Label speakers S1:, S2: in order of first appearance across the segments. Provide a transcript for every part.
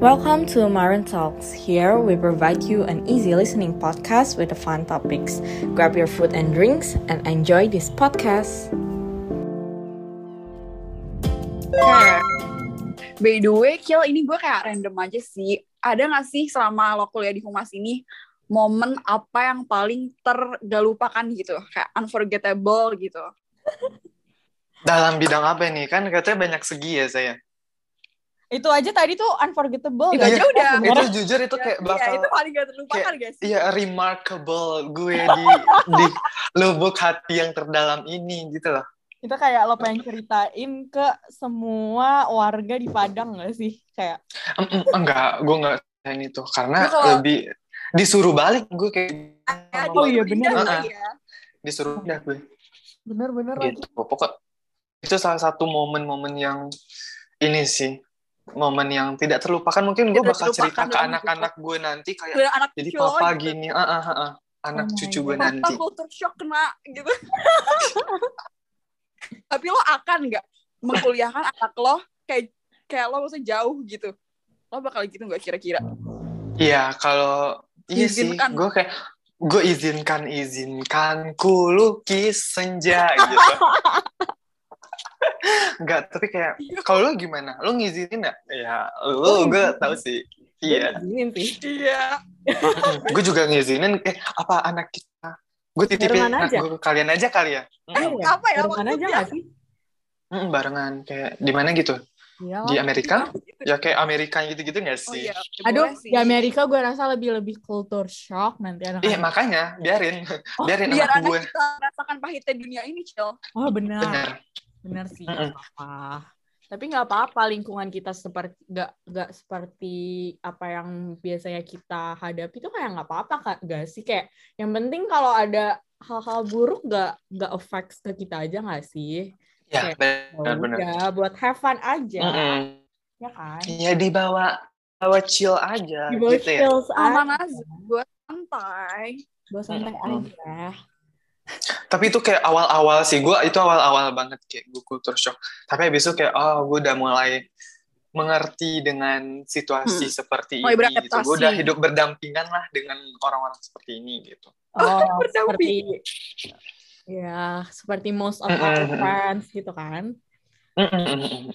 S1: Welcome to Maroon Talks. Here we provide you an easy listening podcast with the fun topics. Grab your food and drinks and enjoy this podcast.
S2: Nah, by the way, Kiel, ini gue kayak random aja sih. Ada gak sih selama lo kuliah di Humas ini, momen apa yang paling tergalupakan gitu? Kayak unforgettable gitu.
S3: Dalam bidang apa nih? Kan katanya banyak segi ya saya.
S4: Itu aja tadi tuh unforgettable.
S2: Itu
S4: gak?
S2: aja udah.
S3: Iya. Itu jujur itu
S2: Ya,
S3: kayak
S2: iya,
S3: bakal
S2: itu paling gak terlupakan gak sih?
S3: ya remarkable gue di di lubuk hati yang terdalam ini gitu loh.
S4: Kita kayak lo pengen ceritain ke semua warga di Padang gak sih? Kayak
S3: Em, em, enggak, gue enggak ini itu karena
S2: Lu kalau-
S3: lebih disuruh balik gue kayak
S2: Ya,
S4: Oh iya, bener.
S2: disuruh pindah
S3: Heeh.
S2: lagi ya.
S3: disuruh pindah gue
S4: bener-bener lagi.
S3: gitu. Pokok itu salah satu momen-momen yang ini sih momen yang tidak terlupakan mungkin gue
S2: Tidak
S3: bakal cerita
S2: terlupakan
S3: ke
S2: dalam
S3: anak-anak gue nanti kayak
S2: Dan anak
S3: jadi
S2: cucu lo
S3: papa
S2: gitu.
S3: gini ah ah, ah, ah. anak
S4: Oh my
S3: cucu gue
S4: God.
S2: Papa
S3: nanti
S2: culture shock kena gitu. Tapi lo akan gak mengkuliahkan anak lo kayak kayak lo maksudnya jauh gitu. Lo bakal gitu gak kira-kira?
S3: iya kalau iya sih
S2: Izinkan.
S3: gue kayak gue izinkan izinkan ku lukis senja gitu Enggak, tapi kayak
S2: Iya.
S3: kalau lu gimana lu ngizinin nggak ya
S2: Oh,
S3: lu gue tahu sih iya
S4: Gini sih.
S2: Iya.
S3: gue juga ngizinin eh apa anak kita gue titipin
S4: Barengan
S3: anak
S4: aja.
S3: gue ke kalian aja kali ya
S2: Eh,
S4: Iya
S3: Mm,
S2: apa ya
S4: Barengan aja
S2: maksudnya?
S4: gak sih?
S3: mm, barengan kayak di mana gitu
S4: Iya lah.
S3: di Amerika ya kayak Amerika gitu gitu nggak
S2: gitu, Oh
S3: sih
S2: iya.
S4: Aduh,
S2: boleh sih.
S4: di Amerika gue rasa lebih-lebih culture shock nanti anak
S3: Iya makanya biarin
S4: Oh,
S3: biarin
S2: biar
S3: anak
S2: anak
S3: gue
S2: kita merasakan pahitnya dunia ini, Cil.
S4: Oh benar,
S3: bener
S2: Nah,
S4: benar sih. Gak
S3: Mm-mm.
S4: apa-apa. Tapi nggak apa-apa lingkungan kita seperti gak, gak seperti apa yang biasanya kita hadapi itu kayak nggak apa-apa kak gak sih kayak yang penting kalau ada hal-hal buruk gak gak affects ke kita aja nggak sih?
S3: ya
S4: Iya.
S3: bener bener
S4: Ya buat have fun aja
S3: Mm-mm.
S4: ya kan.
S3: ya dibawa bawa chill aja
S4: Dibawa
S3: gitu ya
S4: chills aja,
S2: Aman aja. Gue santai.
S4: bawa santai
S3: Mm-mm.
S4: aja.
S3: tapi itu kayak awal-awal sih gue itu awal-awal banget kayak gue culture shock tapi habis itu kayak oh gue udah mulai mengerti dengan situasi seperti
S2: Mulai
S3: ini gitu gue
S2: beradaptasi.
S3: udah hidup berdampingan lah dengan orang-orang seperti ini gitu
S4: Oh,
S2: berdamping.
S4: seperti ya seperti most of our
S3: Mm-mm.
S4: friends gitu kan.
S3: Mm-mm.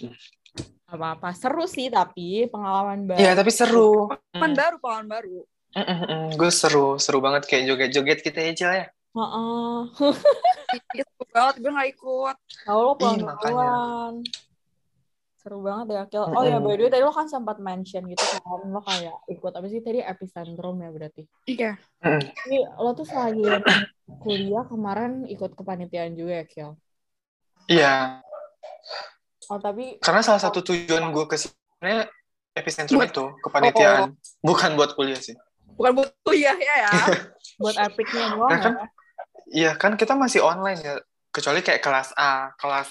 S4: Gak apa-apa seru sih tapi pengalaman baru.
S3: Iya tapi seru
S2: Pengalaman baru, pengalaman baru.
S3: gue seru seru banget kayak joget-joget kita ya Cil ya
S4: Heeh.
S2: Iya, seru banget. Gue gak ikut.
S4: Tahu lo
S3: Ih,
S4: pelan-pelan. Seru banget ya, Kel. Oh ya,
S3: Mm-mm.
S4: by the way, tadi lo kan sempat mention gitu kan, lo kayak ikut apa sih tadi epicentrum ya berarti.
S2: Iya.
S4: Ini lo tuh selagi
S3: Iya.
S4: kuliah kemarin ikut kepanitiaan juga ya, Kel.
S3: iya
S4: Oh, tapi
S3: karena salah satu tujuan gue ke sebenarnya epicentrum itu kepanitiaan bukan buat kuliah sih
S2: Bukan buat kuliah ya ya.
S4: buat epicnya doang
S3: Nah, kan
S4: ya.
S3: iya kan kita masih online ya kecuali kayak kelas A kelas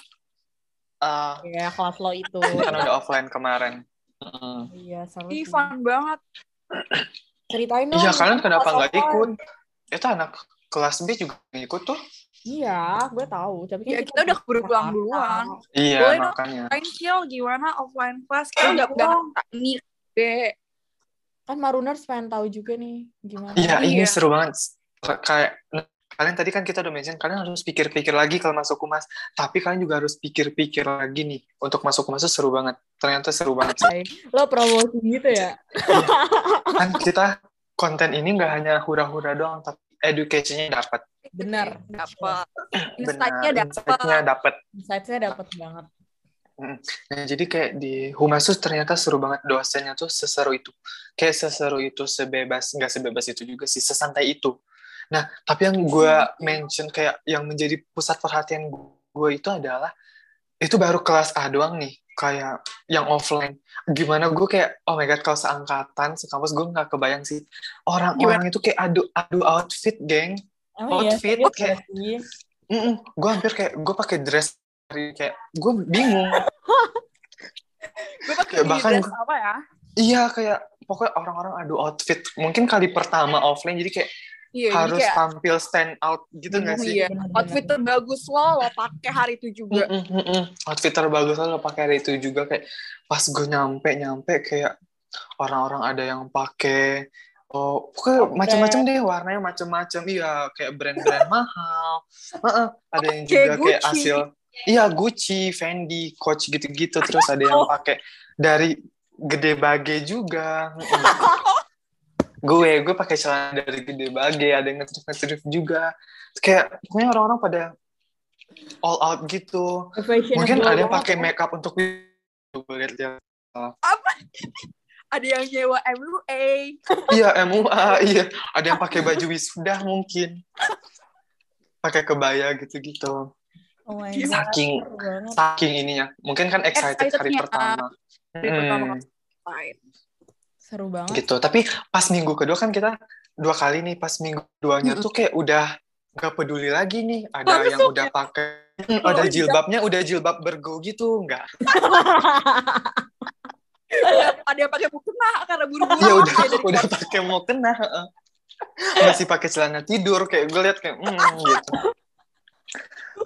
S3: A
S4: Ya, kelas lo itu.
S3: kan udah offline kemarin Mm-mm.
S4: Iya, seru.
S2: Ih,
S4: sih.
S2: fun banget.
S4: Ceritain dong.
S3: iya kalian kenapa
S4: kelas
S3: nggak
S4: offline.
S3: ikut itu anak kelas B juga ikut tuh
S4: Iya, gue tahu. Tapi kan
S2: Ya, kita udah keburu pulang duluan.
S3: iya
S2: Boleh dong.
S3: makanya
S2: Lain, Cil, gimana offline class? Kan
S4: Iya.
S2: gak nggak nih. Be.
S4: Kan Maruners pengen tahu juga nih gimana.
S3: iya ini
S2: Iya.
S3: seru banget kayak kalian tadi kan kita udah mention kalian harus pikir-pikir lagi kalau masuk humas tapi kalian juga harus pikir-pikir lagi nih untuk masuk humas tuh seru banget ternyata seru banget sih.
S4: Lo promosi gitu ya?
S3: kan kita konten ini nggak hanya hura-hura doang tapi education-nya dapat
S4: Benar.
S2: Dapat. Insight-nya
S3: benar
S2: dapat.
S3: insight-nya dapat
S4: Insight-nya dapat banget.
S3: Nah, jadi kayak di Humasus ternyata seru banget dosennya tuh seseru itu. Kayak seseru itu, sebebas, nggak sebebas itu juga sih, sesantai itu. Nah, tapi yang gue
S4: Iya.
S3: mention kayak yang menjadi pusat perhatian gue itu adalah, itu baru kelas A doang nih, kayak yang offline. Gimana gue kayak, oh my God, kalau seangkatan, sekampus gue nggak kebayang sih. Orang-orang itu kayak adu, adu outfit, geng.
S4: Emang iya,
S3: Outfit,
S4: serius
S3: kayak-
S4: gak sih?
S3: Gue hampir kayak, gue pakai dress, hari- kayak gue bingung.
S2: Gue pakai
S3: Kayak bahkan
S2: dress
S3: gua-
S2: apa ya?
S3: Iya kayak pokoknya orang-orang adu outfit. Mungkin kali pertama offline jadi kayak
S2: Iya, jadi
S3: harus
S2: kayak
S3: tampil stand out gitu nggak sih?
S2: Iya.
S4: Bener-bener.
S2: outfit terbagus lo, lo pakai hari itu
S4: Iya.
S2: juga.
S3: Mm-mm, mm-mm. Outfit terbagus lo pakai hari itu juga kayak pas gue nyampe nyampe kayak orang-orang ada yang pakai oh pokoknya
S4: Oke.
S3: macam-macam deh warnanya macam-macam iya kayak brand-brand mahal Heeh, ada yang
S2: Kayak
S3: juga kayak
S2: Gucci.
S3: hasil iya Gucci Fendi Coach gitu-gitu terus ada yang pakai dari gede bage juga Heeh. gue gue pakai celana dari gede bage ada yang ngetrif-ngetrif juga kayak pokoknya orang-orang pada all out gitu
S4: Fashionable
S3: mungkin ada yang
S4: banget.
S3: pakai makeup untuk gue lihat-lihat
S2: Ada yang nyewa MUA.
S3: Iya MUA, iya. Ada yang pakai baju wisuda mungkin. Pakai kebaya gitu-gitu.
S1: Oh my
S2: Gila.
S1: god.
S3: Saking
S1: seru banget.
S3: saking ininya. Mungkin kan excited
S2: Excitednya.
S3: hari
S2: ah.
S3: pertama.
S2: Hari pertama kan.
S3: Hmm,
S2: Fine.
S4: Seru banget.
S3: gitu. Tapi pas minggu kedua kan kita dua kali nih pas minggu
S2: Hmm.
S3: keduanya tuh kayak udah gak peduli lagi nih ada yang udah pakai Hmm,
S2: Oh, iya.
S3: ada jilbabnya udah jilbab bergo gitu enggak
S2: Ada- Ada yang pakai mukena karena buru-buru.
S3: ya udah
S2: Kayak dari
S3: udah
S2: kota.
S3: pakai mau kena heeh. masih pakai celana tidur kayak gue liat kayak hmm, gitu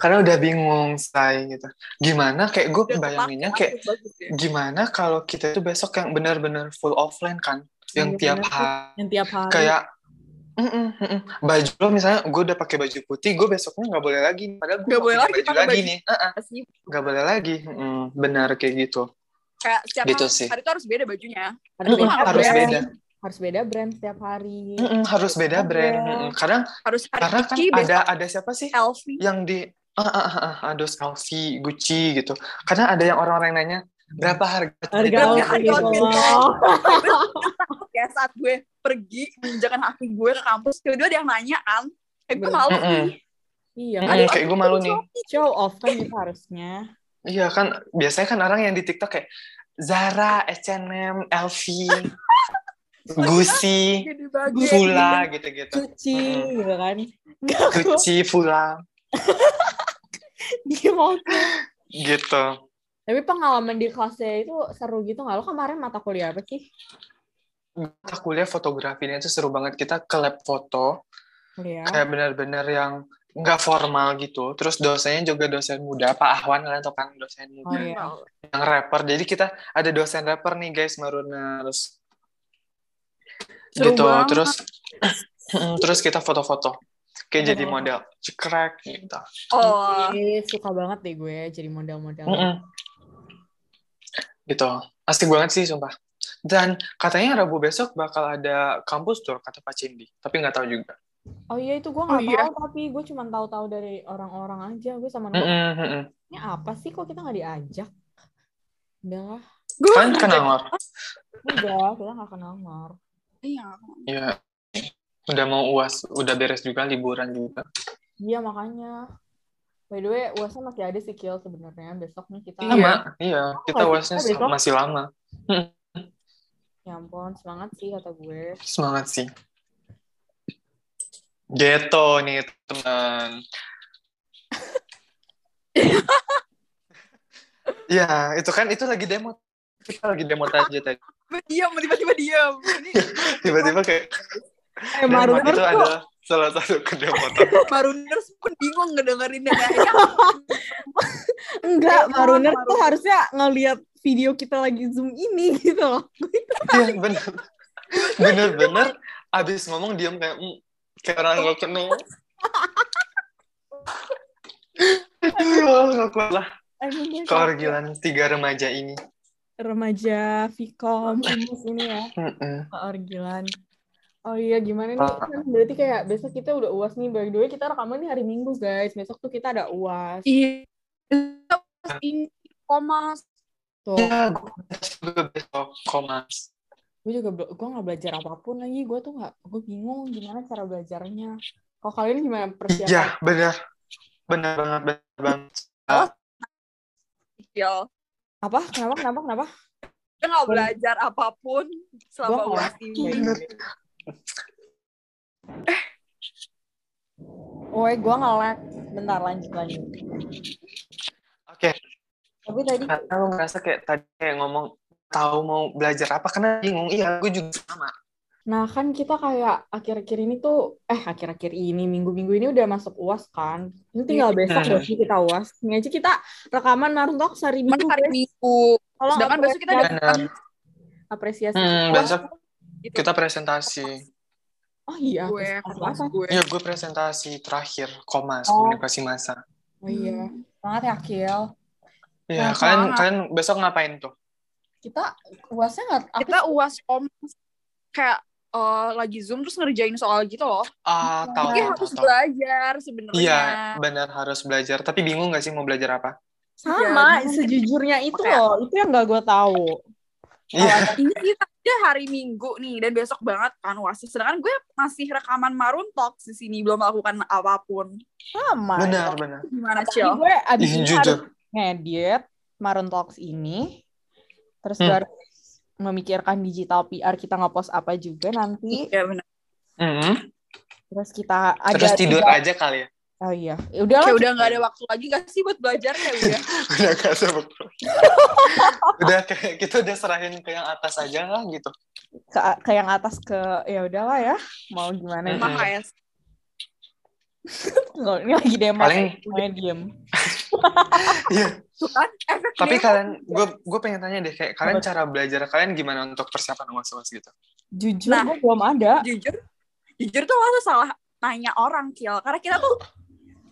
S3: karena udah bingung say gitu gimana kayak gue
S2: Udah
S3: bayanginnya
S2: kepake,
S3: kayak
S2: bagus ya.
S3: gimana kalau kita itu besok yang benar-benar full offline kan yang
S4: Iya,
S3: tiap
S4: bener tuh.
S3: hari
S4: Yang tiap hari.
S3: kayak mm-mm, mm-mm. baju lo misalnya gue udah pakai baju putih gue besoknya nggak boleh lagi padahal gue
S2: Nggak boleh lagi
S3: baju
S2: pakai
S3: lagi
S2: baju.
S3: nih Heeh,
S2: Pasti
S3: nggak boleh lagi Mm-mm, benar kayak gitu
S2: kayak setiap
S3: Gitu
S2: hari-
S3: sih.
S2: hari itu harus beda bajunya.
S4: Harus
S2: Mm-mm,
S4: beda
S3: harus
S4: brand.
S3: beda
S4: Harus beda brand setiap hari.
S3: Mm-mm, harus beda brand Mm-mm. kadang
S2: Harus hari
S3: karena kan
S2: Gucci,
S3: ada
S2: besok
S3: ada siapa sih
S2: Elvi.
S3: yang di ah, ah, ah, ah, ada Gucci, Gucci gitu. Karena ada yang orang-orang yang nanya berapa harga
S4: Harga
S2: Harga
S4: outfit
S2: outfit.
S3: gitu.
S4: Allah.
S2: ya saat gue pergi menjajakan haki gue ke kampus tiba-tiba ada yang nanya kan eh gue
S4: Bener.
S2: malu
S3: Mm-mm.
S2: nih
S4: Iya,
S3: Mm,
S4: kan
S3: kayak gue malu nih.
S4: show off kan itu harusnya.
S3: Iya kan biasanya kan orang yang di TikTok kayak Zara, H&M, LV, Gucci,
S2: Gede banget.
S3: Fula gitu-gitu.
S4: Cuci
S3: Mm-mm.
S4: gitu kan. Gak kok
S3: Gucci, Fula
S4: dia mau.
S3: gitu.
S4: Tapi pengalaman di kelasnya itu seru gitu nggak? Lo kemarin mata kuliah apa sih?
S3: Mata kuliah fotografi dan itu seru banget kita ke lab foto
S4: Kuliah.
S3: kayak benar-benar yang nggak formal gitu. Terus dosennya juga dosen muda, Pak Ahwan kalian tau kan dosen muda.
S4: Oh iya.
S3: yang rapper. Jadi kita ada dosen rapper nih guys Marooners.
S2: Seru
S3: gitu
S2: banget.
S3: terus terus kita foto-foto. Kayak jadi
S4: Oh.
S3: model cekrek gitu.
S2: oh
S4: Ih, Iya, suka banget deh gue jadi model-model.
S3: Mm-mm. Gitu. Asik banget sih sumpah. Dan katanya Rabu besok bakal ada kampus tour kata Pak Cindy, tapi nggak tahu juga.
S4: Oh iya itu gue nggak
S2: Oh iya.
S4: tahu tapi gue cuma tahu-tahu dari orang-orang aja. Gue sama
S3: Mm-mm, mm-mm.
S4: Ini apa sih kok kita nggak diajak? Udah,
S2: gue
S3: Kan kenal Ngor?
S4: udah kita nggak kenal Mar.
S2: iya
S3: Iya. Udah mau uas, udah beres juga liburan juga.
S4: Iya makanya. By the way, uasnya masih ada sih Kiel sebenarnya. Besok nih kita.
S2: Iya.
S3: Sama, iya. Kita
S4: Oh,
S3: uasnya
S4: besok.
S3: masih lama.
S4: Ya ampun, semangat sih kata gue.
S3: Semangat sih. Ghetto nih teman. ya itu kan itu lagi demo kita lagi demo aja tadi
S2: Tiba-tiba diam tiba-tiba diam ini
S3: tiba-tiba kayak
S4: Eh,
S3: demo
S4: Maruner
S3: itu
S4: tuh
S3: adalah salah satu kedemotan
S2: Maruners pun bingung ngedengerinnya kayaknya
S4: enggak,
S2: Iya,
S4: Maruner tuh
S2: Maruner.
S4: harusnya ngelihat video kita lagi Zoom ini gitu loh.
S3: iya bener bener bener abis ngomong diam kayak mm, kayak orang gak kenal Aduh, gak kuat lah
S4: Emang dia
S3: keorgilan tiga remaja ini.
S4: remaja Vkom Humus ini ya,
S3: Mm-mm.
S4: keorgilan. Oh iya gimana nih? Kan berarti kayak besok kita udah UAS nih. By the way, kita rekaman nih hari Minggu, guys. Besok tuh kita ada UAS.
S2: iya ini komas
S4: Tuh.
S3: Iya, gue besok komas.
S4: gue juga bel- gue nggak belajar apapun lagi gue tuh nggak gue bingung gimana cara belajarnya kalau kalian gimana persiapan
S3: Iya, benar. Benar banget, benar banget.
S2: ya
S4: apa kenapa kenapa kenapa
S2: kita nggak belajar apapun selama
S4: Gua
S2: uas
S3: Iya,
S2: ini
S3: Bener.
S4: Woi, gue ngelag bentar lanjut lanjut
S3: Oke,
S4: tapi tadi
S3: karena lo ngerasa kayak tadi kayak ngomong tahu mau belajar apa karena bingung. Iya, gue juga sama.
S4: nah kan kita kayak akhir-akhir ini tuh eh akhir-akhir ini minggu-minggu ini udah masuk uas kan ini
S2: Iya.
S4: tinggal besok
S3: Hmm.
S4: dong kita uas ini aja kita rekaman Naruto hari
S2: cuman
S4: minggu
S2: hari
S3: Iya.
S4: guys.
S2: minggu
S4: Tolong
S2: sedangkan
S4: upload
S2: besok kita
S4: ya.
S2: ada
S3: Benar.
S4: apresiasi
S3: Hmm,
S4: kelas
S3: besok
S4: gitu.
S3: kita presentasi.
S4: oh iya
S2: gue
S4: apresiasi
S2: kelas
S4: apa?
S2: gue
S3: Iya, gue presentasi terakhir komas
S4: Oh.
S3: komunikasi massa.
S4: oh iya banget ya Kiel
S3: Iya,
S2: Wah,
S3: kalian
S2: semangat.
S3: kalian besok ngapain tuh?
S4: kita uasnya nggak apa
S2: kita uas om kayak eh, lagi zoom terus ngerjain soal gitu loh
S3: Ah, tahu
S2: Iya
S3: tahu
S2: harus
S3: tahu, tahu.
S2: belajar sebenarnya
S3: Iya, benar harus belajar. Tapi bingung gak sih mau belajar apa?
S4: Iya, sama
S2: Jadi-
S4: sejujurnya itu
S2: Makanya-
S4: loh itu yang nggak gue tahu
S3: Iya.
S2: Oh, ini kita aja hari Minggu nih dan besok banget kan uas sedangkan gue masih rekaman Maroon Talks di sini belum melakukan apapun
S4: sama
S3: Benar, benar.
S2: gimana
S4: Jadi
S2: cil
S4: gue abis
S3: Ih,
S4: ini
S3: jujur.
S4: harus ngedit Maroon Talks ini. Terus gue
S3: Hmm.
S4: harus memikirkan digital PR kita nge-post apa juga nanti.
S2: ya benar
S3: Mhm.
S4: Terus kita ada
S3: Terus tidur
S4: tiga-
S3: aja kali ya.
S4: Oh iya. Ya udah lah.
S2: kayak udah nggak ada waktu lagi gak sih buat belajar ya udah
S3: udah gak sempet. udah kayak kita udah serahin ke yang atas aja lah gitu.
S4: Ke, ke yang atas ke ya udahlah ya. Mau gimana
S3: Hmm.
S4: gitu.
S2: makanya
S4: Nggak, Ini lagi demo.
S3: Paling-
S4: Semuanya diem.
S2: tuh kan efeknya
S3: Tapi kalian, gue gue pengen tanya deh kayak kalian
S4: Iya. Apa?
S3: cara belajar kalian gimana untuk persiapan uas-uas gitu?
S4: Jujur
S2: Nah.
S4: gue belum ada.
S2: jujur jujur tuh lo tuh salah nanya orang Kiel karena kita tuh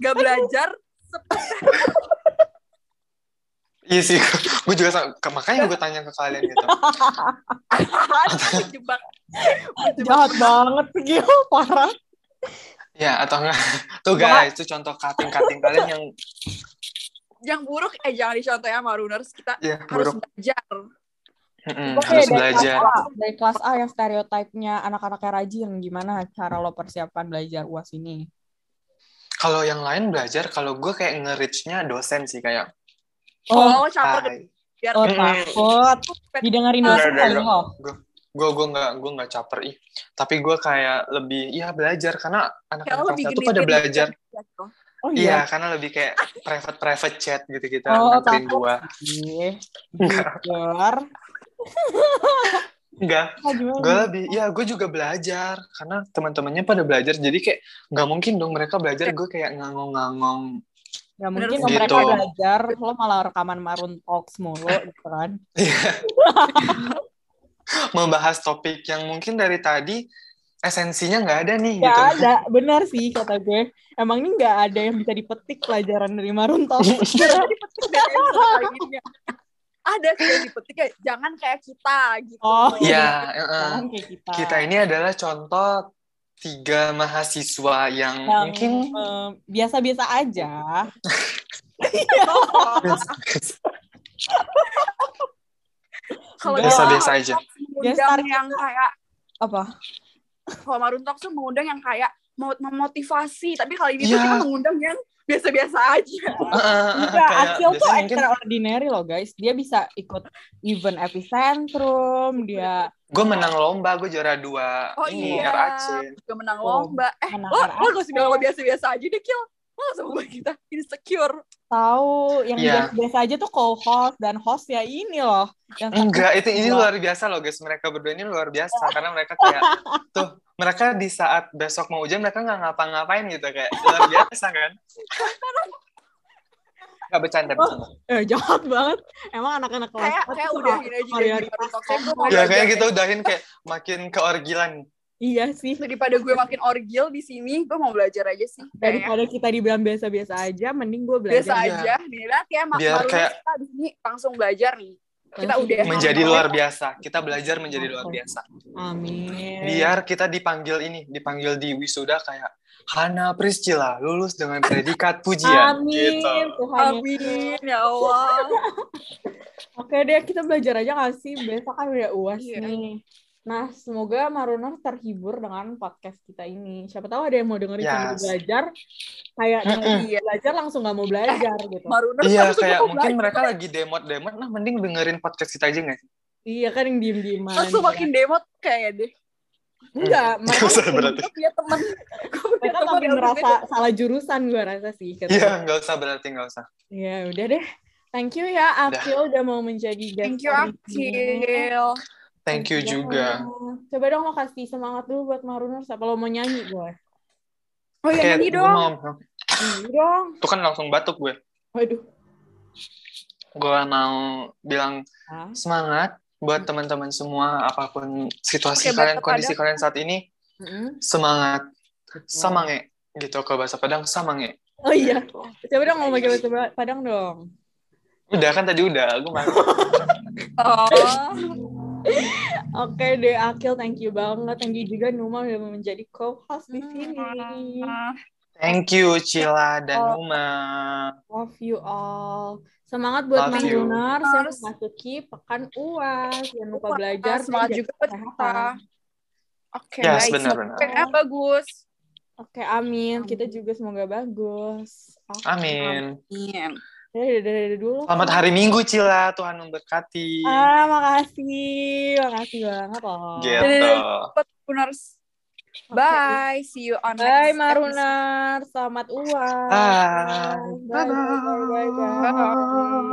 S2: gak belajar
S3: Iya sih, gue juga sama- ke- makanya gue tanya ke kalian gitu.
S2: jebak
S4: Jahat banget sih Gil. Parah.
S3: Ya atau enggak? Tuh guys, itu contoh cutting-cutting kalian yang
S2: yang buruk eh jangan dicontoh ya Maruners kita
S3: ya
S2: harus
S3: buruk.
S2: belajar
S3: Mm-mm,
S4: Oke,
S3: harus
S4: dari
S3: belajar.
S4: kelas A- Dari kelas A yang stereotipnya anak-anaknya rajin, gimana cara lo persiapan belajar UAS ini?
S3: Kalau yang lain belajar, kalau gue kayak nge-reach-nya dosen sih kayak.
S4: Oh,
S2: oh, capek
S3: "Hai."
S2: biar
S4: oh
S3: Mm-mm.
S4: takut. Didengerin
S2: Enggak,
S4: dosen
S3: enggak,
S4: kali
S3: enggak.
S4: lo.
S3: gue gue nggak gue nggak caper ih tapi gue kayak lebih ya belajar karena
S2: Kiel
S3: anak-anak
S2: lebih gede
S3: kelas satu pada
S2: dari
S3: belajar
S2: kita gitu.
S4: Oh
S3: iya karena lebih kayak private private chat gitu kita
S4: Oh,
S3: nganterin
S4: takut.
S3: gue
S4: Ih, Jujur.
S3: enggak
S4: Ah, gimana?
S3: gue lebih ya gue juga belajar karena teman-temannya pada belajar jadi kayak nggak mungkin dong mereka belajar gue kayak ngangong-ngangong
S4: Gak mungkin
S2: Gitu.
S4: mereka belajar, lo malah rekaman Maroon Talks mulu gitu kan.
S3: membahas topik yang mungkin dari tadi esensinya nggak ada nih
S4: Gak
S3: gitu
S4: ada, benar sih kata gue. Emang ini gak ada yang bisa dipetik pelajaran dari Maroon Talks.
S2: Dari episode kali ini ya. ada sih yang dipetik ya, jangan kayak kita gitu
S4: Oh,
S3: Iya, heeh.
S4: Jangan kayak kita.
S3: kita ini adalah contoh tiga mahasiswa yang
S4: Yang,
S3: mungkin
S4: eh, biasa-biasa aja.
S2: kalau
S4: Biasa-
S2: kita
S3: biasa
S2: Maroon
S3: aja.
S2: Talks mengundang
S4: Biasa-
S2: yang kayak
S4: Apa?
S2: kalau Maroon Talks tuh mengundang yang kayak mau memotivasi tapi kali ini tuh
S3: Iya.
S2: kita mengundang yang biasa-biasa aja
S4: Enggak, Akil tuh
S3: biasanya mungkin
S4: extraordinary loh guys. Dia bisa ikut event epicentrum, dia
S3: gue menang lomba, gue juara dua
S2: Oh
S3: ini
S2: iya.
S3: RAC.
S2: juga menang
S4: Tuh.
S2: lomba eh
S4: menang
S2: lo lo
S4: RAC.
S2: gak usah bilang lo biasa-biasa aja deh Kil lo gak usah buat kita insecure
S4: tahu yang
S3: Iya.
S4: biasa-biasa aja tuh co-host dan host ya ini loh. Yang satu-
S3: Enggak, itu ini
S4: Enggak.
S3: luar biasa loh guys. Mereka berdua ini luar biasa karena mereka kayak tuh mereka di saat besok mau hujan mereka nggak ngapa-ngapain gitu kayak luar biasa kan. Gak bercanda, bercanda.
S4: Eh, jahat banget. Emang anak-anak kelas
S2: kayak
S4: empat
S2: kayak
S4: tuh
S2: udah
S4: nggak-
S2: gini aja dari Maroon Talks aja, gue mau
S3: Ya
S2: belajar.
S3: kayak kita udahin kayak makin keorgilan.
S4: Iya sih.
S2: daripada gue makin orgil di sini gue mau belajar aja sih kayak
S4: Daripada kita dibilang biasa-biasa aja, mending gue
S2: biasa
S4: belajar.
S2: aja nih lihat ya mak
S3: Biar
S2: Maroon
S3: kayak-
S2: Talks kita di sini langsung belajar nih kita
S4: Langsung
S2: udah
S3: Menjadi luar biasa. Kita belajar menjadi luar biasa.
S4: Amin.
S3: biar kita dipanggil ini dipanggil di wisuda kayak Hana Priscila lulus dengan predikat pujian
S4: Amin.
S3: gitu
S4: Tuhan
S2: Amin ya Allah
S4: Oke deh, kita belajar aja nggak sih? Besok kan udah UAS
S2: Iya.
S4: nih. Nah, semoga Marunar terhibur dengan podcast kita ini. Siapa tahu ada yang mau dengerin
S3: Yes.
S4: sambil belajar, kayak
S3: Mm-mm.
S4: dia belajar langsung nggak mau belajar gitu.
S2: Maroon Talks
S3: iya
S2: harus
S3: kayak
S2: gue
S3: mungkin
S2: belajar.
S3: mereka lagi demot-demot nah mending dengerin podcast kita aja nggak sih
S4: Iya kan yang diem-dieman. Iya.
S2: langsung makin demot kayak deh
S4: Enggak, mereka
S3: Hmm. Usah
S4: makin-
S3: berarti.
S2: gue punya teman gue punya
S4: mereka
S2: teman
S4: makin
S2: yang
S4: ngerasa salah jurusan gue rasa sih. Kata-
S3: iya nggak usah berarti nggak usah
S4: Ya udah deh. Thank you ya Akil udah mau menjadi guest.
S2: thank you
S4: hari ini. Iya.
S2: Akil
S3: thank
S2: Iya.
S3: you juga
S4: Coba dong lo kasih semangat dulu buat Marunar. Siapa lo mau nyanyi gue?
S2: oh ya
S3: kayak
S2: nanti
S3: gue
S2: dong
S3: mau
S4: Nyanyi dong.
S3: tuh kan langsung batuk gue
S4: Waduh.
S3: gue mau bilang
S4: Ah.
S3: semangat buat teman-teman semua apapun
S2: Oke,
S3: situasi
S2: buat
S3: kalian kondisi
S2: kepada-
S3: kalian saat ini semangat samange gitu kalau bahasa Padang samange
S5: Oh iya,
S3: Gitu.
S5: coba dong ngomong pakai bahasa Padang dong.
S3: udah kan tadi udah aku mah
S2: Oh,
S5: Oke deh Akil, thank you banget. Thank you juga Numa udah mau menjadi co-host di sini.
S4: Iya.
S3: thank you Cila dan
S2: Oh.
S3: Numa
S5: Love you all. Semangat buat
S3: Love
S5: Mang
S3: you.
S5: Lunar, saya
S2: Harus.
S5: masuki pekan UAS. Jangan lupa
S2: belajar
S5: belajar.
S2: semangat
S5: dan
S2: juga
S5: jaga
S2: buat kita.
S5: kesehatan.
S2: Oke,
S3: Yes,
S2: baik.
S3: benar-benar.
S2: Semoga PKM bagus.
S5: Oke, amin. Kita juga semoga bagus. Oke.
S3: amin
S2: Amin.
S5: Dari, dari, dari dulu.
S3: selamat hari Minggu Cila Tuhan memberkati
S5: Ah, makasih. Makasih banget loh.
S3: gitu
S2: Buners. Bye. See you on
S4: Nah,
S2: next
S5: Bye Marunar, selamat uang.
S3: Bye.
S5: Bye bye bye bye. bye.
S2: episode.